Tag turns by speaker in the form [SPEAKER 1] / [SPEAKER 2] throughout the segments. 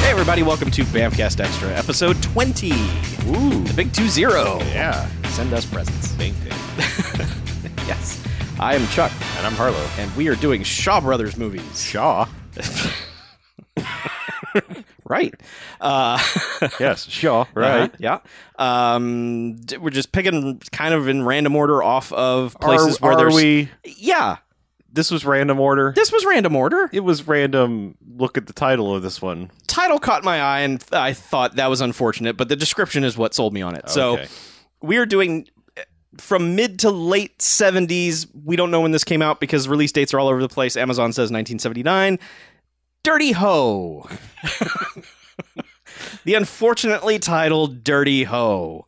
[SPEAKER 1] Hey, everybody, welcome to Bamfcast Extra, episode 20.
[SPEAKER 2] Ooh.
[SPEAKER 1] The big 2 0.
[SPEAKER 2] Yeah.
[SPEAKER 1] Send us presents.
[SPEAKER 2] Painting.
[SPEAKER 1] Yes. I am Chuck,
[SPEAKER 2] And I'm Harlow.
[SPEAKER 1] and we are doing Shaw Brothers movies.
[SPEAKER 2] Shaw.
[SPEAKER 1] Right. Uh,
[SPEAKER 2] Yes, Shaw. Right.
[SPEAKER 1] yeah. Um, d- we're just picking kind of in random order off of places
[SPEAKER 2] are,
[SPEAKER 1] where
[SPEAKER 2] are
[SPEAKER 1] there's.
[SPEAKER 2] we?
[SPEAKER 1] Yeah.
[SPEAKER 2] This was random order.
[SPEAKER 1] This was random order.
[SPEAKER 2] It was random. Look at the title of this one.
[SPEAKER 1] Title caught my eye, and th- I thought that was unfortunate, but the description is what sold me on it. So
[SPEAKER 2] Okay.
[SPEAKER 1] we are doing uh, from mid to late 70s. We don't know when this came out because release dates are all over the place. Amazon says 1979. Dirty Ho. the unfortunately titled Dirty Ho.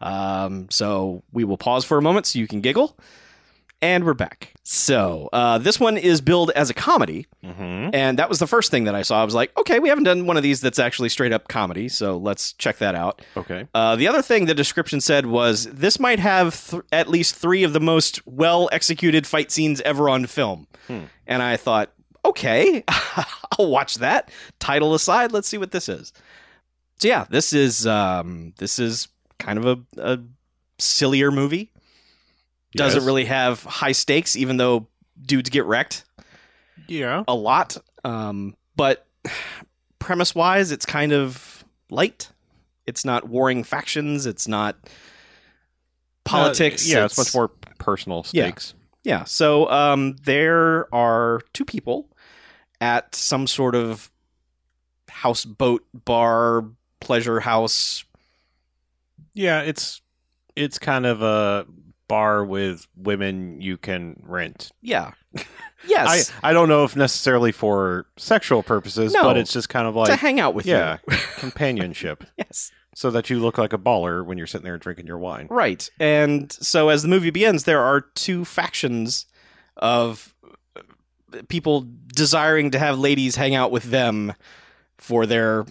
[SPEAKER 1] Um, so we will pause for a moment so you can giggle. And we're back. So uh, this one is billed as a comedy.
[SPEAKER 2] Mm-hmm.
[SPEAKER 1] And that was the first thing that I saw. I was like, okay, we haven't done one of these that's actually straight up comedy. So let's check that out.
[SPEAKER 2] Okay.
[SPEAKER 1] Uh, the other thing the description said was this might have th- at least three of the most well executed fight scenes ever on film.
[SPEAKER 2] Hmm.
[SPEAKER 1] And I thought, okay, I'll watch that. Title aside, let's see what this is. So yeah, this is um, this is kind of a, a sillier movie. Doesn't
[SPEAKER 2] Yes.
[SPEAKER 1] really have high stakes, even though dudes get wrecked
[SPEAKER 2] Yeah.
[SPEAKER 1] a lot. Um, but premise wise, it's kind of light. It's not warring factions. It's not politics.
[SPEAKER 2] Uh, yeah, it's, much more personal
[SPEAKER 1] Yeah.
[SPEAKER 2] stakes.
[SPEAKER 1] Yeah. So um, there are two people at some sort of houseboat bar pleasure house.
[SPEAKER 2] Yeah. it's it's kind of a bar with women you can rent.
[SPEAKER 1] Yeah. Yes.
[SPEAKER 2] I I don't know if necessarily for sexual purposes,
[SPEAKER 1] No.
[SPEAKER 2] but it's just kind of like
[SPEAKER 1] to hang out with
[SPEAKER 2] yeah,
[SPEAKER 1] you.
[SPEAKER 2] companionship,
[SPEAKER 1] Yes.
[SPEAKER 2] so that you look like a baller when you're sitting there drinking your wine.
[SPEAKER 1] Right. And so as the movie begins, there are two factions of uh, people desiring to have ladies hang out with them for their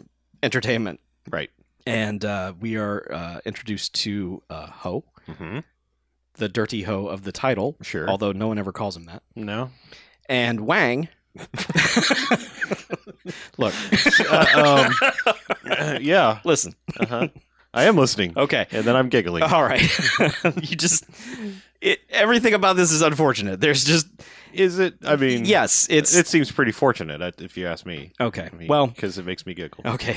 [SPEAKER 1] entertainment.
[SPEAKER 2] Right.
[SPEAKER 1] And uh, we are uh, introduced to uh, Ho,
[SPEAKER 2] Mm-hmm.
[SPEAKER 1] the dirty Ho of the title,
[SPEAKER 2] Sure.
[SPEAKER 1] although no one ever calls him that,
[SPEAKER 2] no.
[SPEAKER 1] and Wang. Look,
[SPEAKER 2] Uh, um, yeah.
[SPEAKER 1] listen.
[SPEAKER 2] Uh-huh. I am listening.
[SPEAKER 1] Okay.
[SPEAKER 2] And then I'm giggling.
[SPEAKER 1] All right. you just. It, everything about this is unfortunate. There's just.
[SPEAKER 2] Is it? I mean,
[SPEAKER 1] yes, it's.
[SPEAKER 2] it seems pretty fortunate uh, if you ask me.
[SPEAKER 1] Okay.
[SPEAKER 2] I mean,
[SPEAKER 1] well,
[SPEAKER 2] because it makes me giggle.
[SPEAKER 1] okay.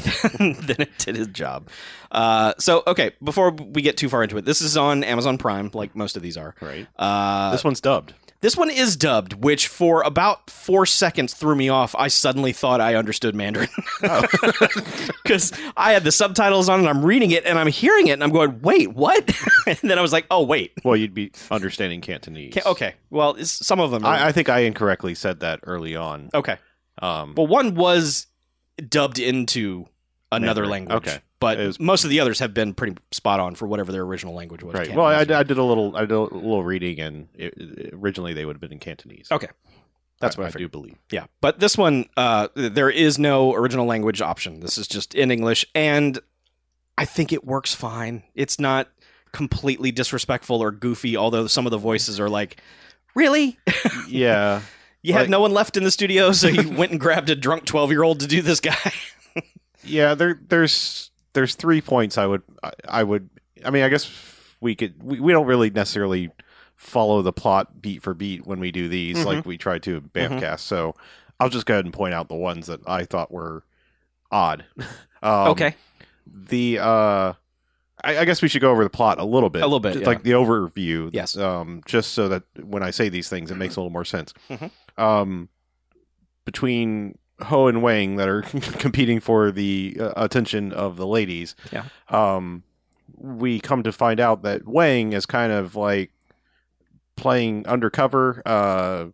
[SPEAKER 1] then it did his job. Uh, so, okay, before we get too far into it, this is on Amazon Prime, like most of these are.
[SPEAKER 2] Right.
[SPEAKER 1] Uh, this,
[SPEAKER 2] this one's dubbed.
[SPEAKER 1] one is dubbed, which for about four seconds threw me off. I suddenly thought I understood Mandarin.
[SPEAKER 2] Oh.
[SPEAKER 1] Because I had the subtitles on and I'm reading it and I'm hearing it and I'm going, wait, what? and then I was like, oh, wait.
[SPEAKER 2] Well, you'd be understanding Cantonese.
[SPEAKER 1] Okay. okay. Well, it's, some of them. Are,
[SPEAKER 2] I, I think I incorrectly said that early on.
[SPEAKER 1] okay.
[SPEAKER 2] Um,
[SPEAKER 1] Well, one was dubbed into another
[SPEAKER 2] Mandarin.
[SPEAKER 1] language.
[SPEAKER 2] Okay.
[SPEAKER 1] But
[SPEAKER 2] It was-
[SPEAKER 1] most of the others have been pretty spot on for whatever their original language was.
[SPEAKER 2] right.
[SPEAKER 1] Cantonese.
[SPEAKER 2] Well, I, I did a little. I did a little reading, and it, it- originally they would have been in Cantonese.
[SPEAKER 1] Okay. That's what I
[SPEAKER 2] I do believe.
[SPEAKER 1] yeah. But this one, uh, there is no original language option. This is just in English, and I think it works fine. It's not completely disrespectful or goofy, although some of the voices are like, "Really?
[SPEAKER 2] yeah.
[SPEAKER 1] You had
[SPEAKER 2] Like-
[SPEAKER 1] no one left in the studio, so you went and grabbed a drunk twelve-year-old to do this guy."
[SPEAKER 2] Yeah, there there's there's three points I would I, I would I mean I guess we could we, we don't really necessarily follow the plot beat for beat when we do these
[SPEAKER 1] Mhm.
[SPEAKER 2] like we try to in Bamcast. So I'll just go ahead and point out the ones that I thought were odd. Um, The uh I, I guess we should go over the plot a little bit.
[SPEAKER 1] A little bit,
[SPEAKER 2] Just
[SPEAKER 1] yeah.
[SPEAKER 2] Like the overview.
[SPEAKER 1] Yes.
[SPEAKER 2] Um just so that when I say these things it makes a little more sense.
[SPEAKER 1] Mhm.
[SPEAKER 2] Um between Ho and Wang that are competing for the uh, attention of the ladies.
[SPEAKER 1] Yeah.
[SPEAKER 2] Um, we come to find out that Wang is kind of like playing undercover. Uh,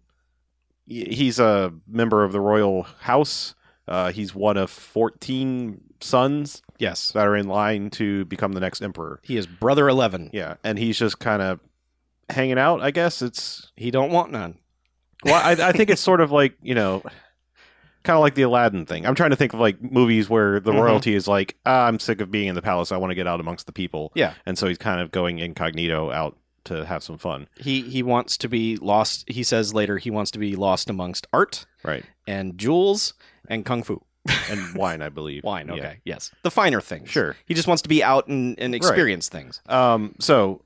[SPEAKER 2] he- he's a member of the royal house. Uh, he's one of 14 sons
[SPEAKER 1] Yes,
[SPEAKER 2] that are in line to become the next emperor.
[SPEAKER 1] he is brother eleven.
[SPEAKER 2] Yeah. And he's just kind of hanging out, I guess. It's
[SPEAKER 1] He don't want none.
[SPEAKER 2] Well, I, I think it's sort of like you know, kind of like the Aladdin thing. I'm trying to think of like movies where the
[SPEAKER 1] Mhm.
[SPEAKER 2] royalty is like, ah, I'm sick of being in the palace. I want to get out amongst the people.
[SPEAKER 1] Yeah.
[SPEAKER 2] and so he's kind of going incognito out to have some fun.
[SPEAKER 1] He he wants to be lost. He says later he wants to be lost amongst art
[SPEAKER 2] Right,
[SPEAKER 1] and jewels and kung fu
[SPEAKER 2] and wine, I believe.
[SPEAKER 1] wine.
[SPEAKER 2] Yeah.
[SPEAKER 1] Okay, yes, the finer things.
[SPEAKER 2] sure.
[SPEAKER 1] He just wants to be out and, and experience things.
[SPEAKER 2] Um, so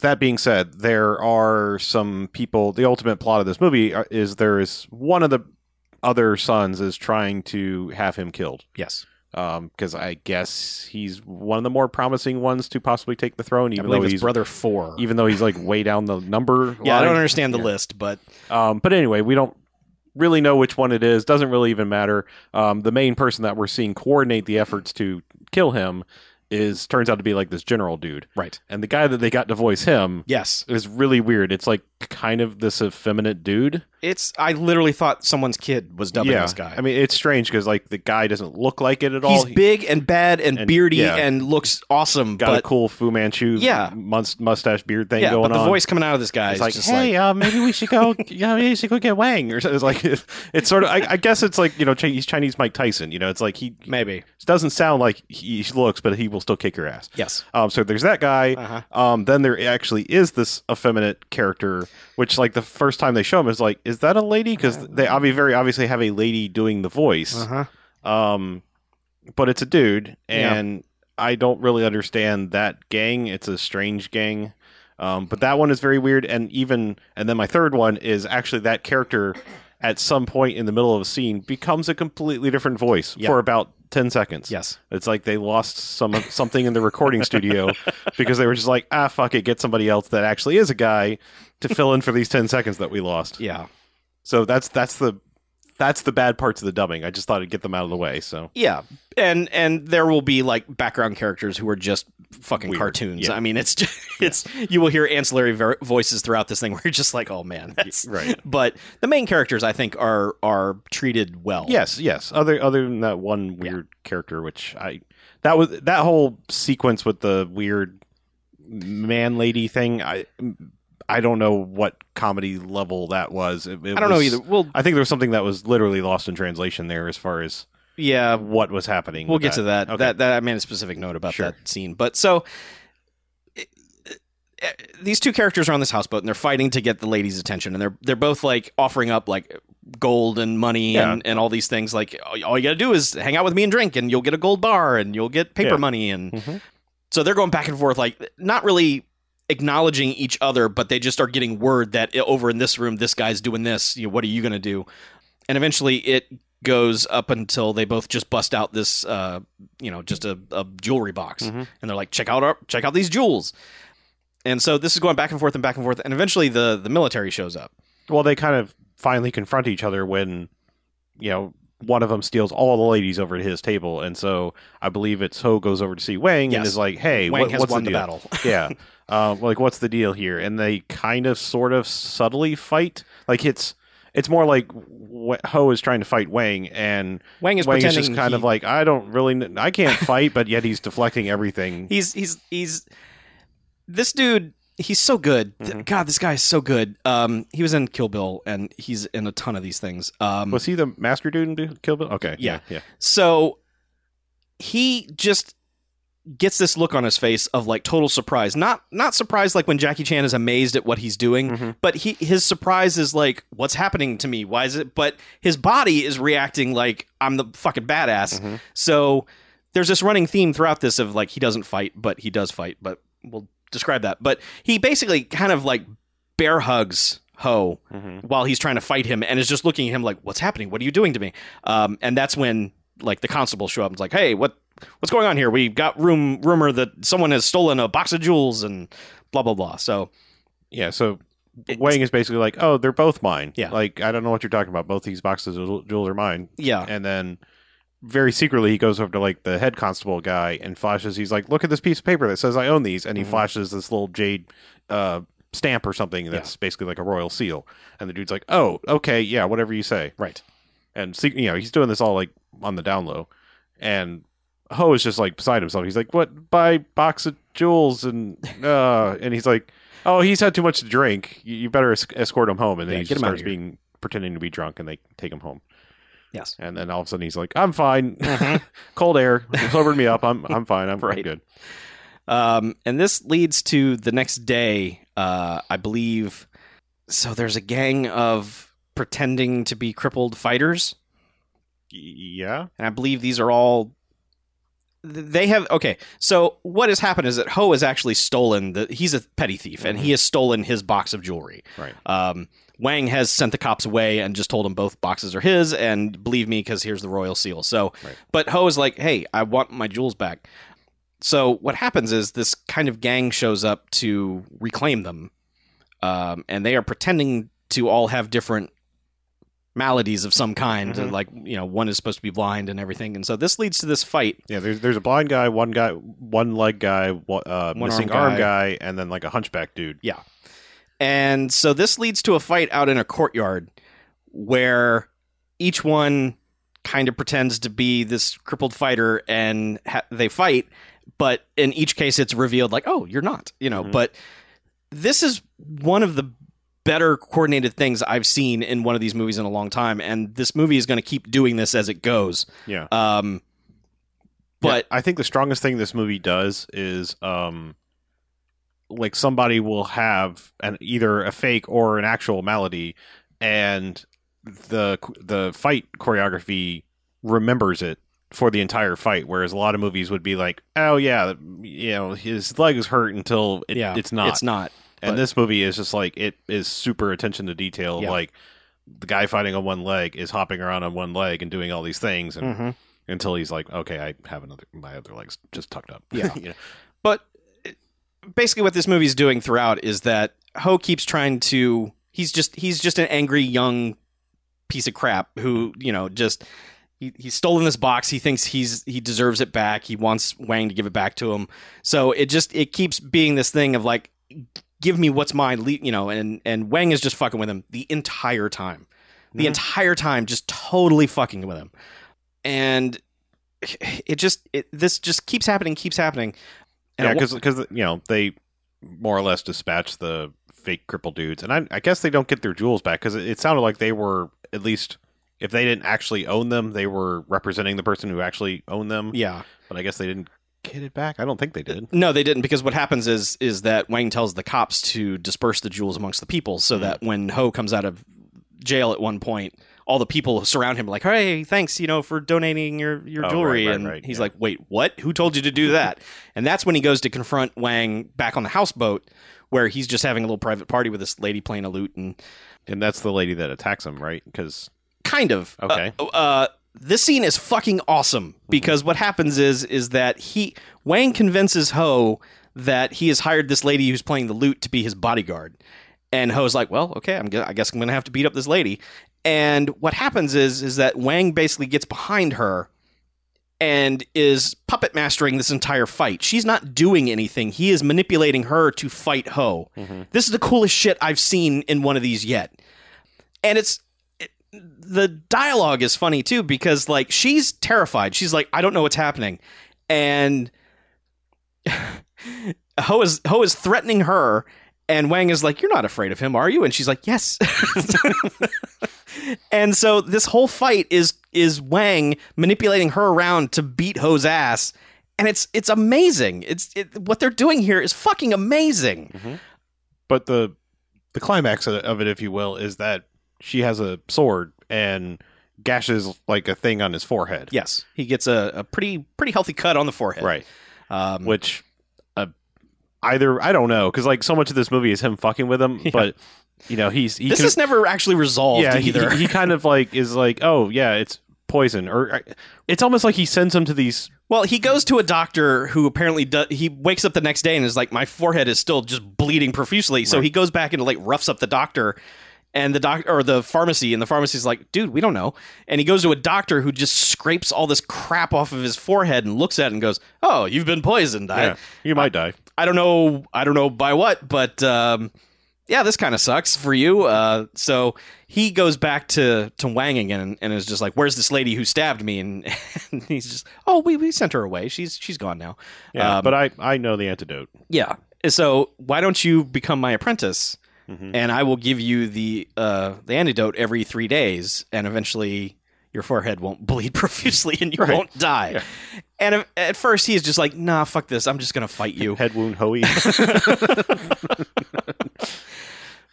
[SPEAKER 2] that being said, there are some people. The ultimate plot of this movie uh, is there is one of the other sons is trying to have him killed
[SPEAKER 1] Yes,
[SPEAKER 2] because I guess he's one of the more promising ones to possibly take the throne,
[SPEAKER 1] I
[SPEAKER 2] even though
[SPEAKER 1] believe it's
[SPEAKER 2] he's
[SPEAKER 1] brother four.
[SPEAKER 2] even though he's like way down the number.
[SPEAKER 1] yeah, I
[SPEAKER 2] line.
[SPEAKER 1] don't understand the
[SPEAKER 2] yeah.
[SPEAKER 1] list, but
[SPEAKER 2] Um, but anyway, we don't really know which one it is. Doesn't really even matter. Um, the main person that we're seeing coordinate the efforts to kill him is turns out to be like this general dude,
[SPEAKER 1] right.
[SPEAKER 2] and the guy that they got to voice him
[SPEAKER 1] Yes,
[SPEAKER 2] is really weird. It's like kind of this effeminate dude.
[SPEAKER 1] it's. I literally thought someone's kid was dubbing this guy.
[SPEAKER 2] I mean, it's strange because like the guy doesn't look like it at all.
[SPEAKER 1] he's
[SPEAKER 2] He
[SPEAKER 1] big and bad and,
[SPEAKER 2] and-
[SPEAKER 1] beardy
[SPEAKER 2] yeah.
[SPEAKER 1] and looks awesome,
[SPEAKER 2] got a
[SPEAKER 1] but
[SPEAKER 2] cool Fu Manchu
[SPEAKER 1] Yeah.
[SPEAKER 2] mus- mustache beard thing
[SPEAKER 1] yeah,
[SPEAKER 2] going
[SPEAKER 1] but the
[SPEAKER 2] on.
[SPEAKER 1] voice coming out of this guy
[SPEAKER 2] It's
[SPEAKER 1] is
[SPEAKER 2] like,
[SPEAKER 1] just
[SPEAKER 2] hey,
[SPEAKER 1] like
[SPEAKER 2] uh, maybe we should go. yeah, maybe we should go get Wang. Or so- it's like, it's sort of. I, I guess it's like you know, Chi- he's Chinese Mike Tyson. You know, it's like he
[SPEAKER 1] maybe
[SPEAKER 2] doesn't sound like he looks, but he will still kick your ass.
[SPEAKER 1] yes.
[SPEAKER 2] Um, so there's that guy.
[SPEAKER 1] Uh-huh.
[SPEAKER 2] Um, then there actually is this effeminate character, which like the first time they show him is like, is that a lady? Because they obvi- very obviously have a lady doing the voice.
[SPEAKER 1] Uh-huh.
[SPEAKER 2] Um, but it's a dude,
[SPEAKER 1] Yeah.
[SPEAKER 2] and I don't really understand that gang. It's a strange gang. Um, but that one is very weird, and even and then my third one is actually that character at some point in the middle of a scene becomes a completely different voice
[SPEAKER 1] Yeah.
[SPEAKER 2] for about ten seconds.
[SPEAKER 1] Yes.
[SPEAKER 2] It's like they lost some something in the recording studio because they were just like, ah, fuck it, get somebody else that actually is a guy to fill in for these ten seconds that we lost.
[SPEAKER 1] Yeah.
[SPEAKER 2] So that's that's the that's the bad parts of the dubbing. I just thought I'd get them out of the way. So
[SPEAKER 1] Yeah. And and there will be like background characters who are just fucking
[SPEAKER 2] Weird.
[SPEAKER 1] cartoons.
[SPEAKER 2] Yeah.
[SPEAKER 1] I mean, it's just, it's you will hear ancillary ver- voices throughout this thing where you're just like, "Oh man, that's
[SPEAKER 2] right.
[SPEAKER 1] But the main characters I think are are treated well.
[SPEAKER 2] Yes, yes. Other other than that one
[SPEAKER 1] Yeah.
[SPEAKER 2] weird character, which I that was that whole sequence with the weird man lady thing. I I don't know what comedy level that was. It- it
[SPEAKER 1] I don't know
[SPEAKER 2] was-
[SPEAKER 1] either. We'll
[SPEAKER 2] I think there was something that was literally lost in translation there as far as
[SPEAKER 1] yeah,
[SPEAKER 2] what was happening.
[SPEAKER 1] we'll
[SPEAKER 2] with
[SPEAKER 1] get to that.
[SPEAKER 2] Okay.
[SPEAKER 1] That that I made a specific note about
[SPEAKER 2] Sure.
[SPEAKER 1] that scene. But so it- it- these two characters are on this houseboat and they're fighting to get the lady's attention and they're they're both like offering up like gold and money
[SPEAKER 2] Yeah.
[SPEAKER 1] and, and all these things like all all you got to do is hang out with me and drink and you'll get a gold bar and you'll get paper
[SPEAKER 2] Yeah.
[SPEAKER 1] money and
[SPEAKER 2] Mhm.
[SPEAKER 1] so they're going back and forth like not really acknowledging each other but they just are getting word that "Eh, over in this room this guy's doing this you know, what are you going to do and eventually it goes up until they both just bust out this uh you know just a, a jewelry box
[SPEAKER 2] Mhm.
[SPEAKER 1] and they're like check out our check out these jewels and so this is going back and forth and back and forth and eventually the the military shows up
[SPEAKER 2] Well, they kind of finally confront each other when you know one of them steals all the ladies over to his table, and so I believe it's Ho goes over to see Wang and
[SPEAKER 1] Yes.
[SPEAKER 2] is like, "Hey,
[SPEAKER 1] wang
[SPEAKER 2] what,
[SPEAKER 1] has
[SPEAKER 2] what's
[SPEAKER 1] won
[SPEAKER 2] the,
[SPEAKER 1] the,
[SPEAKER 2] deal?
[SPEAKER 1] battle
[SPEAKER 2] yeah. Um, like, what's the deal here? And they kind of, sort of, subtly fight. Like, it's it's more like Wa- Ho is trying to fight Wang, and
[SPEAKER 1] wang is
[SPEAKER 2] Wang is
[SPEAKER 1] pretending
[SPEAKER 2] just kind
[SPEAKER 1] he-
[SPEAKER 2] of like, I don't really, kn- I can't fight, but yet he's deflecting everything.
[SPEAKER 1] he's he's he's this dude he's so good Th-
[SPEAKER 2] Mhm.
[SPEAKER 1] god this guy is so good um he was in kill bill and he's in a ton of these things um
[SPEAKER 2] Was he the master dude in Kill Bill? Okay,
[SPEAKER 1] Yeah.
[SPEAKER 2] yeah.
[SPEAKER 1] So he just gets this look on his face of like total surprise. Not not surprise like when Jackie Chan is amazed at what he's doing,
[SPEAKER 2] Mhm.
[SPEAKER 1] but he his surprise is like what's happening to me? Why is it? But his body is reacting like I'm the fucking badass.
[SPEAKER 2] Mhm.
[SPEAKER 1] So there's this running theme throughout this of like he doesn't fight, but he does fight, but we'll describe that. But he basically kind of like bear hugs Ho
[SPEAKER 2] Mhm.
[SPEAKER 1] while he's trying to fight him and is just looking at him like, "What's happening? What are you doing to me?" Um, and that's when like the constables show up and is like, "Hey, what what's going on here? We got room rumor that someone has stolen a box of jewels and blah blah blah." So
[SPEAKER 2] Yeah, so
[SPEAKER 1] It's-
[SPEAKER 2] Wang is basically like, oh, they're both mine.
[SPEAKER 1] Yeah.
[SPEAKER 2] Like, I don't know what you're talking about. Both these boxes of jewel- jewels are mine.
[SPEAKER 1] yeah,
[SPEAKER 2] And then very secretly, he goes over to like the head constable guy and flashes. He's like, "Look at this piece of paper that says I own these," and he
[SPEAKER 1] Mhm.
[SPEAKER 2] flashes this little jade uh, stamp or something that's basically like a royal seal. And the dude's like, "Oh, okay, yeah, whatever you say."
[SPEAKER 1] right.
[SPEAKER 2] And sec- you know, he's doing this all like on the down low, and Ho is just like beside himself. He's like, "What? Buy box of jewels?" And uh, and he's like, "Oh, he's had too much to drink. You, you better esc escort him home." And then
[SPEAKER 1] Yeah,
[SPEAKER 2] he
[SPEAKER 1] get
[SPEAKER 2] just
[SPEAKER 1] him out of
[SPEAKER 2] starts
[SPEAKER 1] here.
[SPEAKER 2] being pretending to be drunk and they take him home.
[SPEAKER 1] Yes.
[SPEAKER 2] And then all of a sudden he's like, "I'm fine.
[SPEAKER 1] Mhm.
[SPEAKER 2] Cold air sobered me up. I'm I'm fine. I'm, I'm
[SPEAKER 1] Right.
[SPEAKER 2] good."
[SPEAKER 1] Um, and this leads to the next day, uh, I believe. So there's a gang of pretending to be crippled fighters,
[SPEAKER 2] Y- Yeah.
[SPEAKER 1] and I believe these are all. They have okay. So what has happened is that Ho has actually stolen the. He's a petty thief, and he has stolen his box of jewelry.
[SPEAKER 2] Right.
[SPEAKER 1] Um, Wang has sent the cops away and just told him both boxes are his, and believe me, because here's the royal seal. So,
[SPEAKER 2] Right.
[SPEAKER 1] but Ho is like, hey, I want my jewels back. So what happens is this kind of gang shows up to reclaim them, um, and they are pretending to all have different maladies of some kind.
[SPEAKER 2] Mhm.
[SPEAKER 1] Like you know, one is supposed to be blind and everything, and so this leads to this fight.
[SPEAKER 2] Yeah. There's there's a blind guy, one guy, one leg guy, one, uh,
[SPEAKER 1] One
[SPEAKER 2] missing
[SPEAKER 1] arm
[SPEAKER 2] arm guy. and then like a hunchback dude.
[SPEAKER 1] And so this leads to a fight out in a courtyard where each one kind of pretends to be this crippled fighter and ha- they fight, but in each case it's revealed like, "Oh, you're not," you know,
[SPEAKER 2] Mhm.
[SPEAKER 1] but this is one of the better coordinated things I've seen in one of these movies in a long time and this movie is going to keep doing this as it goes.
[SPEAKER 2] Yeah.
[SPEAKER 1] Um but
[SPEAKER 2] Yeah, I think the strongest thing this movie does is um like somebody will have an either a fake or an actual malady and the the fight choreography remembers it for the entire fight whereas a lot of movies would be like oh yeah you know his leg is hurt until it,
[SPEAKER 1] Yeah,
[SPEAKER 2] it's not
[SPEAKER 1] it's not. but-
[SPEAKER 2] and this movie is just like it is super attention to detail
[SPEAKER 1] Yeah.
[SPEAKER 2] like the guy fighting on one leg is hopping around on one leg and doing all these things and until he's like, okay, I have another, my other leg's just tucked up.
[SPEAKER 1] Yeah.
[SPEAKER 2] You know?
[SPEAKER 1] But basically, what this movie's doing throughout is that Ho keeps trying to. He's just he's just an angry young piece of crap who you know just he, he's stolen this box. He thinks he's he deserves it back. He wants Wang to give it back to him. So it just it keeps being this thing of like, give me what's mine, le- you know. And and Wang is just fucking with him the entire time, the
[SPEAKER 2] Mhm.
[SPEAKER 1] entire time, just totally fucking with him. And it just it this just keeps happening, keeps happening. And
[SPEAKER 2] yeah,
[SPEAKER 1] at one-
[SPEAKER 2] because you know they more or less dispatch the fake cripple dudes, and I, I guess they don't get their jewels back because it, it sounded like they were at least if they didn't actually own them, they were representing the person who actually owned them.
[SPEAKER 1] yeah.
[SPEAKER 2] But I guess they didn't get it back. I don't think they did.
[SPEAKER 1] No, they didn't because what happens is is that Wang tells the cops to disperse the jewels amongst the people so
[SPEAKER 2] Mhm.
[SPEAKER 1] that when Ho comes out of jail at one point, all the people surround him like, "Hey, thanks, you know, for donating your your
[SPEAKER 2] Oh, right,
[SPEAKER 1] jewelry."
[SPEAKER 2] right,
[SPEAKER 1] and
[SPEAKER 2] right,
[SPEAKER 1] he's
[SPEAKER 2] yeah.
[SPEAKER 1] like, "Wait, what? Who told you to do that?" and that's when he goes to confront Wang back on the houseboat where he's just having a little private party with this lady playing a lute and
[SPEAKER 2] And that's the lady that attacks him, right? Because
[SPEAKER 1] kind of
[SPEAKER 2] Okay.
[SPEAKER 1] uh, uh, this scene is fucking awesome because what happens is is that he wang convinces ho that he has hired this lady who's playing the lute to be his bodyguard and ho's like well okay i'm go- i guess i'm gonna have to beat up this lady and what happens is is that wang basically gets behind her and is puppet mastering this entire fight she's not doing anything he is manipulating her to fight ho this is the coolest shit I've seen in one of these yet. And it's it, the dialogue is funny too because like she's terrified. She's like, I don't know what's happening, and Ho is Ho is threatening her, and Wang is like, You're not afraid of him, are you? And she's like, Yes. and so this whole fight is is Wang manipulating her around to beat Ho's ass. And it's it's amazing. It's it, what they're doing here is fucking amazing.
[SPEAKER 2] but the the climax of- of it, if you will, is that she has a sword and gashes like a thing on his forehead.
[SPEAKER 1] Yes, he gets a, a pretty pretty healthy cut on the forehead.
[SPEAKER 2] Right.
[SPEAKER 1] Um,
[SPEAKER 2] which uh, either I don't know because like so much of this movie is him fucking with him, but you know he's he
[SPEAKER 1] this
[SPEAKER 2] can-
[SPEAKER 1] is never actually resolved
[SPEAKER 2] yeah he-
[SPEAKER 1] either.
[SPEAKER 2] He, he kind of like is like oh yeah it's poison or I- it's almost like he sends him to these
[SPEAKER 1] well, he goes to a doctor who apparently do- he wakes up the next day and is like, my forehead is still just bleeding profusely. So
[SPEAKER 2] Right.
[SPEAKER 1] he goes back and like roughs up the doctor. And the doc or the pharmacy, and the pharmacy's like, dude, we don't know. And he goes to a doctor who just scrapes all this crap off of his forehead and looks at it and goes, "Oh, you've been poisoned."
[SPEAKER 2] yeah,
[SPEAKER 1] I,
[SPEAKER 2] you might die
[SPEAKER 1] I don't know I don't know by what, but um, yeah, this kind of sucks for you. Uh, so he goes back to to Wang again and, and is just like, "Where's this lady who stabbed me?" And, and he's just, "Oh, we, we sent her away. She's she's gone now."
[SPEAKER 2] yeah
[SPEAKER 1] Um,
[SPEAKER 2] but I I know the antidote
[SPEAKER 1] yeah. So why don't you become my apprentice?
[SPEAKER 2] Mhm.
[SPEAKER 1] and I will give you the uh, the antidote every three days, and eventually your forehead won't bleed profusely and you
[SPEAKER 2] Right.
[SPEAKER 1] won't die.
[SPEAKER 2] Yeah.
[SPEAKER 1] And at- at first, he is just like, "Nah, fuck this. I'm just gonna fight you."
[SPEAKER 2] Head wound hoey.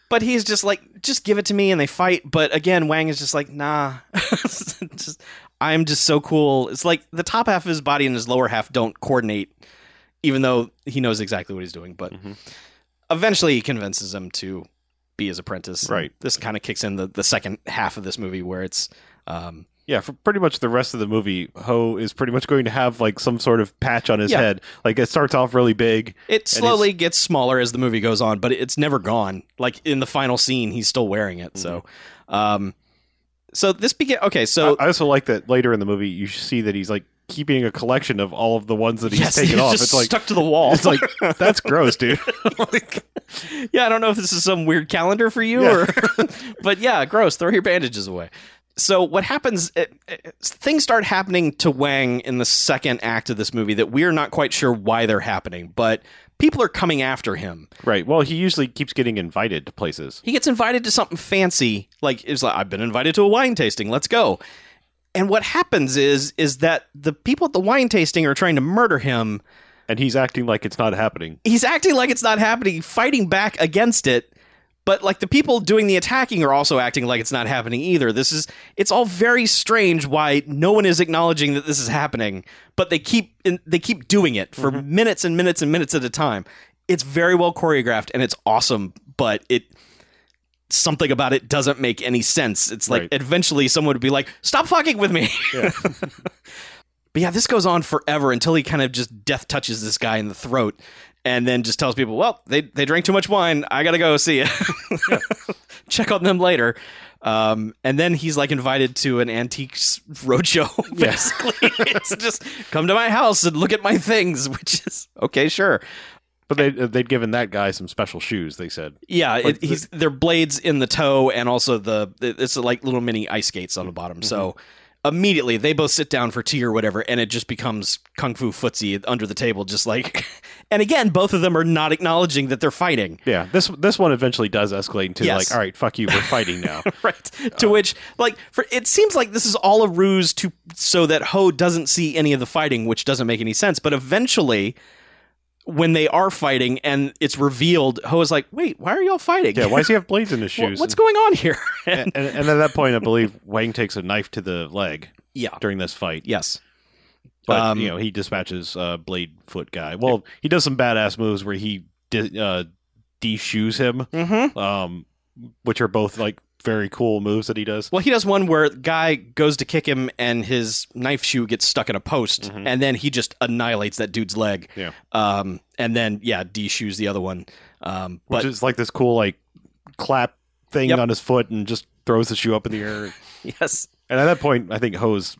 [SPEAKER 1] but he's just like, "Just give it to me," and they fight. But again, Wang is just like, "Nah, just, I'm just so cool." It's like the top half of his body and his lower half don't coordinate, even though he knows exactly what he's doing. But
[SPEAKER 2] Mhm.
[SPEAKER 1] eventually, he convinces him to be his apprentice. And
[SPEAKER 2] Right.
[SPEAKER 1] This kind of kicks in the the second half of this movie where it's. Um,
[SPEAKER 2] Yeah, for pretty much the rest of the movie, Ho is pretty much going to have like some sort of patch on his
[SPEAKER 1] Yeah.
[SPEAKER 2] head. Like it starts off really big.
[SPEAKER 1] It
[SPEAKER 2] And
[SPEAKER 1] slowly gets smaller as the movie goes on, but it's never gone. Like in the final scene, he's still wearing it. So,
[SPEAKER 2] Mm-hmm.
[SPEAKER 1] um, so this begin. Okay, so
[SPEAKER 2] I, I also like that later in the movie you see that he's like keeping a collection of all of the ones that he's
[SPEAKER 1] yes,
[SPEAKER 2] taken
[SPEAKER 1] he's
[SPEAKER 2] off.
[SPEAKER 1] just
[SPEAKER 2] It's like
[SPEAKER 1] stuck to the wall.
[SPEAKER 2] it's like that's gross, dude.
[SPEAKER 1] Like, yeah, I don't know if this is some weird calendar for you,
[SPEAKER 2] Yeah.
[SPEAKER 1] or, but yeah, gross. Throw your bandages away. So what happens? It, it- things start happening to Wang in the second act of this movie that we are not quite sure why they're happening, but people are coming after him.
[SPEAKER 2] right. Well, he usually keeps getting invited to places.
[SPEAKER 1] He gets invited to something fancy. Like it's like I've been invited to a wine tasting. Let's go. And what happens is is that the people at the wine tasting are trying to murder him.
[SPEAKER 2] And he's acting like it's not happening.
[SPEAKER 1] He's acting like it's not happening, fighting back against it. But like the people doing the attacking are also acting like it's not happening either. This is it's all very strange why no one is acknowledging that this is happening, but they keep in, they keep doing it for
[SPEAKER 2] Mm-hmm.
[SPEAKER 1] minutes and minutes and minutes at a time. It's very well choreographed and it's awesome, but it something about it doesn't make any sense. It's like
[SPEAKER 2] Right.
[SPEAKER 1] eventually someone would be like, "Stop fucking with me."
[SPEAKER 2] Yeah.
[SPEAKER 1] but yeah, this goes on forever until he kind of just death touches this guy in the throat, and then just tells people, "Well, they they drank too much wine. I gotta go see ya. Check on them later." Um, and then he's like invited to an antiques roadshow.
[SPEAKER 2] Yeah.
[SPEAKER 1] Basically, it's just come to my house and look at my things, which is okay, sure.
[SPEAKER 2] But they uh, they'd given that guy some special shoes. They said
[SPEAKER 1] Yeah,
[SPEAKER 2] Like
[SPEAKER 1] it,
[SPEAKER 2] the-
[SPEAKER 1] he's they're blades in the toe and also the it's like little mini ice skates on the bottom. So
[SPEAKER 2] Mm-hmm.
[SPEAKER 1] immediately they both sit down for tea or whatever, and it just becomes kung fu footsie under the table, just like. And again, both of them are not acknowledging that they're fighting.
[SPEAKER 2] Yeah, this this one eventually does escalate into
[SPEAKER 1] Yes.
[SPEAKER 2] like, all right, fuck you, we're fighting now.
[SPEAKER 1] Right. To
[SPEAKER 2] Uh-huh.
[SPEAKER 1] which, like, for it seems like this is all a ruse to so that Ho doesn't see any of the fighting, which doesn't make any sense. But eventually, when they are fighting and it's revealed, Ho is like, "Wait, why are y'all fighting?
[SPEAKER 2] yeah, why does he have blades in his
[SPEAKER 1] Wha-
[SPEAKER 2] shoes?
[SPEAKER 1] What's going on here?"
[SPEAKER 2] and, and, and at that point, I believe Wang takes a knife to the leg
[SPEAKER 1] yeah.
[SPEAKER 2] during this fight.
[SPEAKER 1] Yes.
[SPEAKER 2] But
[SPEAKER 1] Um,
[SPEAKER 2] you know, he dispatches uh, Blade Foot guy. Well, he does some badass moves where he de- uh, de-shoes him,
[SPEAKER 1] Mm-hmm.
[SPEAKER 2] um, which are both like very cool moves that he does.
[SPEAKER 1] Well, he does one where the guy goes to kick him and his knife shoe gets stuck in a post,
[SPEAKER 2] Mhm.
[SPEAKER 1] and then he just annihilates that dude's leg.
[SPEAKER 2] Yeah.
[SPEAKER 1] Um, and then yeah, D shoes the other one. Um,
[SPEAKER 2] Which
[SPEAKER 1] but
[SPEAKER 2] is like this cool like clap thing
[SPEAKER 1] Yep.
[SPEAKER 2] on his foot and just throws the shoe up in the air.
[SPEAKER 1] yes,
[SPEAKER 2] And at that point, I think Ho's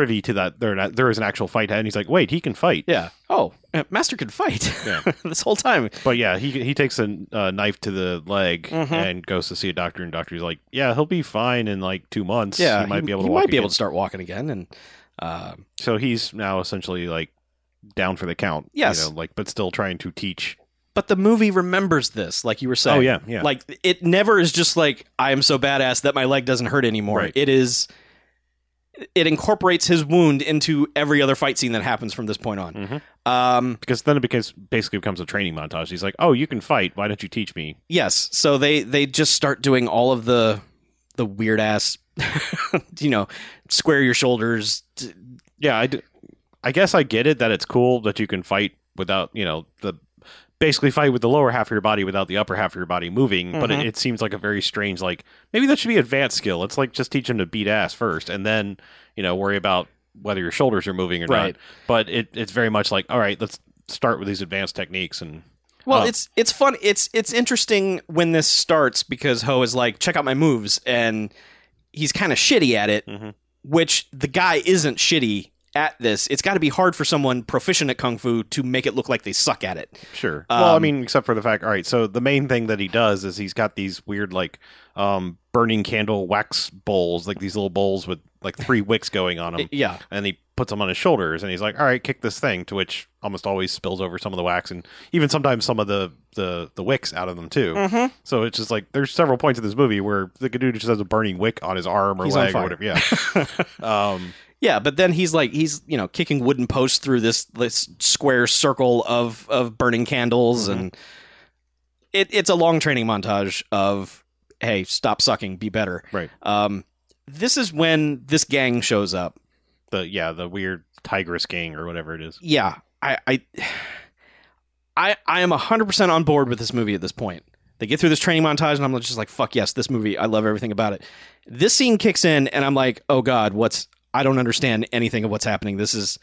[SPEAKER 2] privy to that there there is an actual fight, and he's like, "Wait, he can fight."
[SPEAKER 1] yeah. Oh, uh, Master could fight
[SPEAKER 2] Yeah.
[SPEAKER 1] this whole time.
[SPEAKER 2] But yeah, he he takes a uh, knife to the leg
[SPEAKER 1] Mhm.
[SPEAKER 2] and goes to see a doctor, and doctor's like, "Yeah, he'll be fine in like two months.
[SPEAKER 1] Yeah,
[SPEAKER 2] he might be able to
[SPEAKER 1] he
[SPEAKER 2] walk.
[SPEAKER 1] might be
[SPEAKER 2] again."
[SPEAKER 1] able to start walking again, and um,
[SPEAKER 2] So he's now essentially like down for the count.
[SPEAKER 1] Yes.
[SPEAKER 2] you know, like but still trying to teach.
[SPEAKER 1] but the movie remembers this, like you were saying.
[SPEAKER 2] Oh yeah, yeah.
[SPEAKER 1] Like it never is just like I am so badass that my leg doesn't hurt anymore.
[SPEAKER 2] Right.
[SPEAKER 1] It is it incorporates his wound into every other fight scene that happens from this point on.
[SPEAKER 2] Mhm.
[SPEAKER 1] Um
[SPEAKER 2] because then it becomes basically becomes a training montage. He's like, "Oh, you can fight. Why don't you teach me?"
[SPEAKER 1] yes, so they they just start doing all of the the weird ass you know, square your shoulders. d-
[SPEAKER 2] Yeah, I, d- I guess I get it that it's cool that you can fight without, you know, the basically fight with the lower half of your body without the upper half of your body moving. But it,
[SPEAKER 1] Mhm.
[SPEAKER 2] it seems like a very strange, like, maybe that should be advanced skill. Let's, like, just teach him to beat ass first and then, you know, worry about whether your shoulders are moving or
[SPEAKER 1] Right.
[SPEAKER 2] not. But it, it's very much like, all right, let's start with these advanced techniques. And
[SPEAKER 1] Well,
[SPEAKER 2] Oh.
[SPEAKER 1] it's it's fun. It's it's interesting when this starts because Ho is like, check out my moves, and he's kind of shitty at it.
[SPEAKER 2] Mhm.
[SPEAKER 1] Which the guy isn't shitty at this. It's got to be hard for someone proficient at kung fu to make it look like they suck at it.
[SPEAKER 2] sure. well, I
[SPEAKER 1] Um,
[SPEAKER 2] mean, except for the fact, all right, so the main thing that he does is he's got these weird, like, um, burning candle wax bowls, like these little bowls with like three wicks going on them.
[SPEAKER 1] yeah.
[SPEAKER 2] And he puts them on his shoulders and he's like, all right, kick this thing, to which almost always spills over some of the wax and even sometimes some of the, the, the wicks out of them too.
[SPEAKER 1] Mm-hmm.
[SPEAKER 2] So it's just like there's several points in this movie where the dude just has a burning wick on his arm or
[SPEAKER 1] He's on
[SPEAKER 2] leg or
[SPEAKER 1] fire.
[SPEAKER 2] whatever. Yeah. um,
[SPEAKER 1] yeah, but then he's like he's you know kicking wooden posts through this this square circle of of burning candles, and it, it's a long training montage of hey, stop sucking, be better.
[SPEAKER 2] Right.
[SPEAKER 1] Um, this is when this gang shows up.
[SPEAKER 2] the yeah, the weird tigress gang or whatever it is.
[SPEAKER 1] yeah, I, I, I, I am hundred percent on board with this movie at this point. They get through this training montage, and I'm just like, "Fuck yes, this movie! I love everything about it." This scene kicks in, and I'm like, "Oh god, what's? I don't understand anything of what's happening. This is,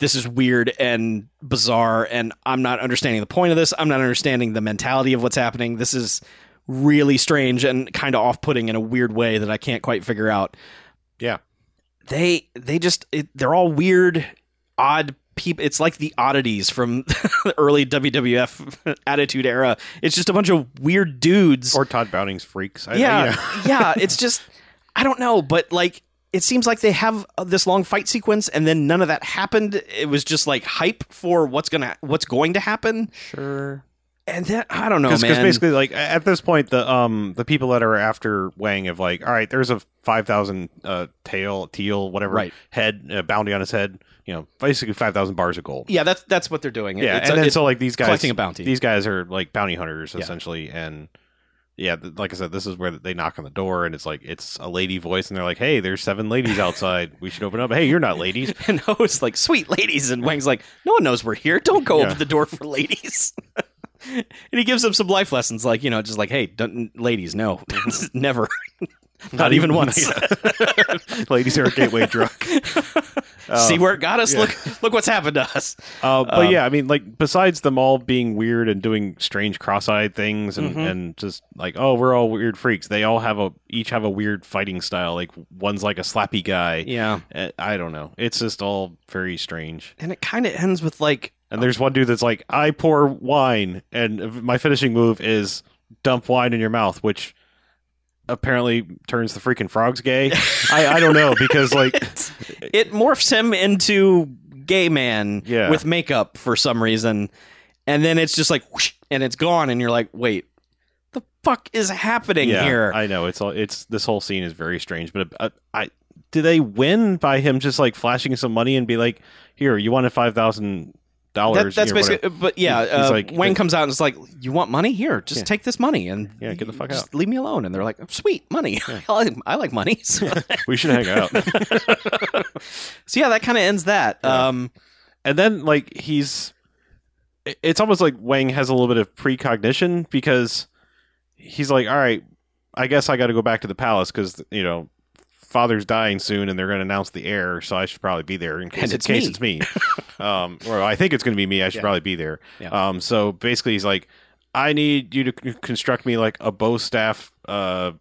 [SPEAKER 1] this is weird and bizarre, and I'm not understanding the point of this. I'm not understanding the mentality of what's happening. This is really strange and kind of off-putting in a weird way that I can't quite figure out."
[SPEAKER 2] Yeah.
[SPEAKER 1] they they just it, they're all weird odd people. It's like the oddities from the early WWF Attitude Era. It's just a bunch of weird dudes.
[SPEAKER 2] Or Todd Browning's freaks. I,
[SPEAKER 1] yeah,
[SPEAKER 2] you know.
[SPEAKER 1] yeah. It's just I don't know, but like it seems like they have uh, this long fight sequence, and then none of that happened. It was just like hype for what's gonna what's going to happen. Sure. And then I don't know,
[SPEAKER 2] because
[SPEAKER 1] Oh, man.
[SPEAKER 2] basically like a- at this point the um the people that are after Wang have like all right there's a five thousand uh tail teal whatever
[SPEAKER 1] Right.
[SPEAKER 2] head uh, bounty on his head you know basically five thousand bars of gold
[SPEAKER 1] yeah, that's that's what they're doing.
[SPEAKER 2] yeah
[SPEAKER 1] it's
[SPEAKER 2] and
[SPEAKER 1] a-
[SPEAKER 2] then
[SPEAKER 1] it's
[SPEAKER 2] so like these guys
[SPEAKER 1] collecting a bounty.
[SPEAKER 2] these guys are like bounty hunters
[SPEAKER 1] Yeah.
[SPEAKER 2] essentially and yeah th- like I said this is where they knock on the door and it's like it's a lady voice and they're like hey there's seven ladies outside we should open up hey you're not ladies
[SPEAKER 1] and I was like, "Sweet ladies," and Wang's like, "No one knows we're here. Don't go
[SPEAKER 2] Yeah.
[SPEAKER 1] open the door for ladies." and he gives them some life lessons, like you know, just like, "Hey, don't, ladies, no, never, not, even once.
[SPEAKER 2] ladies are a gateway drug
[SPEAKER 1] See
[SPEAKER 2] Um,
[SPEAKER 1] where it got us?
[SPEAKER 2] yeah.
[SPEAKER 1] Look, look what's happened to us."
[SPEAKER 2] Uh, but
[SPEAKER 1] Um,
[SPEAKER 2] yeah, I mean, like besides them all being weird and doing strange cross-eyed things, and,
[SPEAKER 1] Mhm.
[SPEAKER 2] and just like, oh, we're all weird freaks. They all have a each have a weird fighting style. Like one's like a slappy guy.
[SPEAKER 1] Yeah,
[SPEAKER 2] Uh, I don't know. It's just all very strange.
[SPEAKER 1] and it kind of ends with like,
[SPEAKER 2] And there's one dude that's like, I pour wine, and my finishing move is dump wine in your mouth, which apparently turns the freaking frogs gay. I, I don't know because like
[SPEAKER 1] it morphs him into gay man
[SPEAKER 2] Yeah.
[SPEAKER 1] with makeup for some reason, and then it's just like, whoosh, and it's gone, and you're like, "Wait, the fuck is happening here?"
[SPEAKER 2] I know it's all it's this whole scene is very strange, but uh, I do they win by him just like flashing some money and be like, "Here, you wanted five thousand
[SPEAKER 1] That,
[SPEAKER 2] dollars."
[SPEAKER 1] that's basically, but yeah, uh,
[SPEAKER 2] He's like-
[SPEAKER 1] Wayne comes out and is like, "You want money? Here, just
[SPEAKER 2] Yeah.
[SPEAKER 1] take this money and
[SPEAKER 2] Yeah, get the fuck
[SPEAKER 1] just Leave me alone." And they're like, "Sweet money, I, like, I like money." So,
[SPEAKER 2] we should hang out.
[SPEAKER 1] so yeah, that kind of ends that.
[SPEAKER 2] Yeah.
[SPEAKER 1] Um,
[SPEAKER 2] and then like he's, it- it's almost like Wang has a little bit of precognition because he's like, "All right, I guess I got to go back to the palace because you know." Father's dying soon, and they're going to announce the heir, so I should probably be there in case,
[SPEAKER 1] And it's
[SPEAKER 2] in case
[SPEAKER 1] me.
[SPEAKER 2] it's me. um, or I think it's going to be me. I should
[SPEAKER 1] Yeah.
[SPEAKER 2] probably be there.
[SPEAKER 1] Yeah.
[SPEAKER 2] Um, so basically, he's like, I need you to c- construct me like a bow staff uh,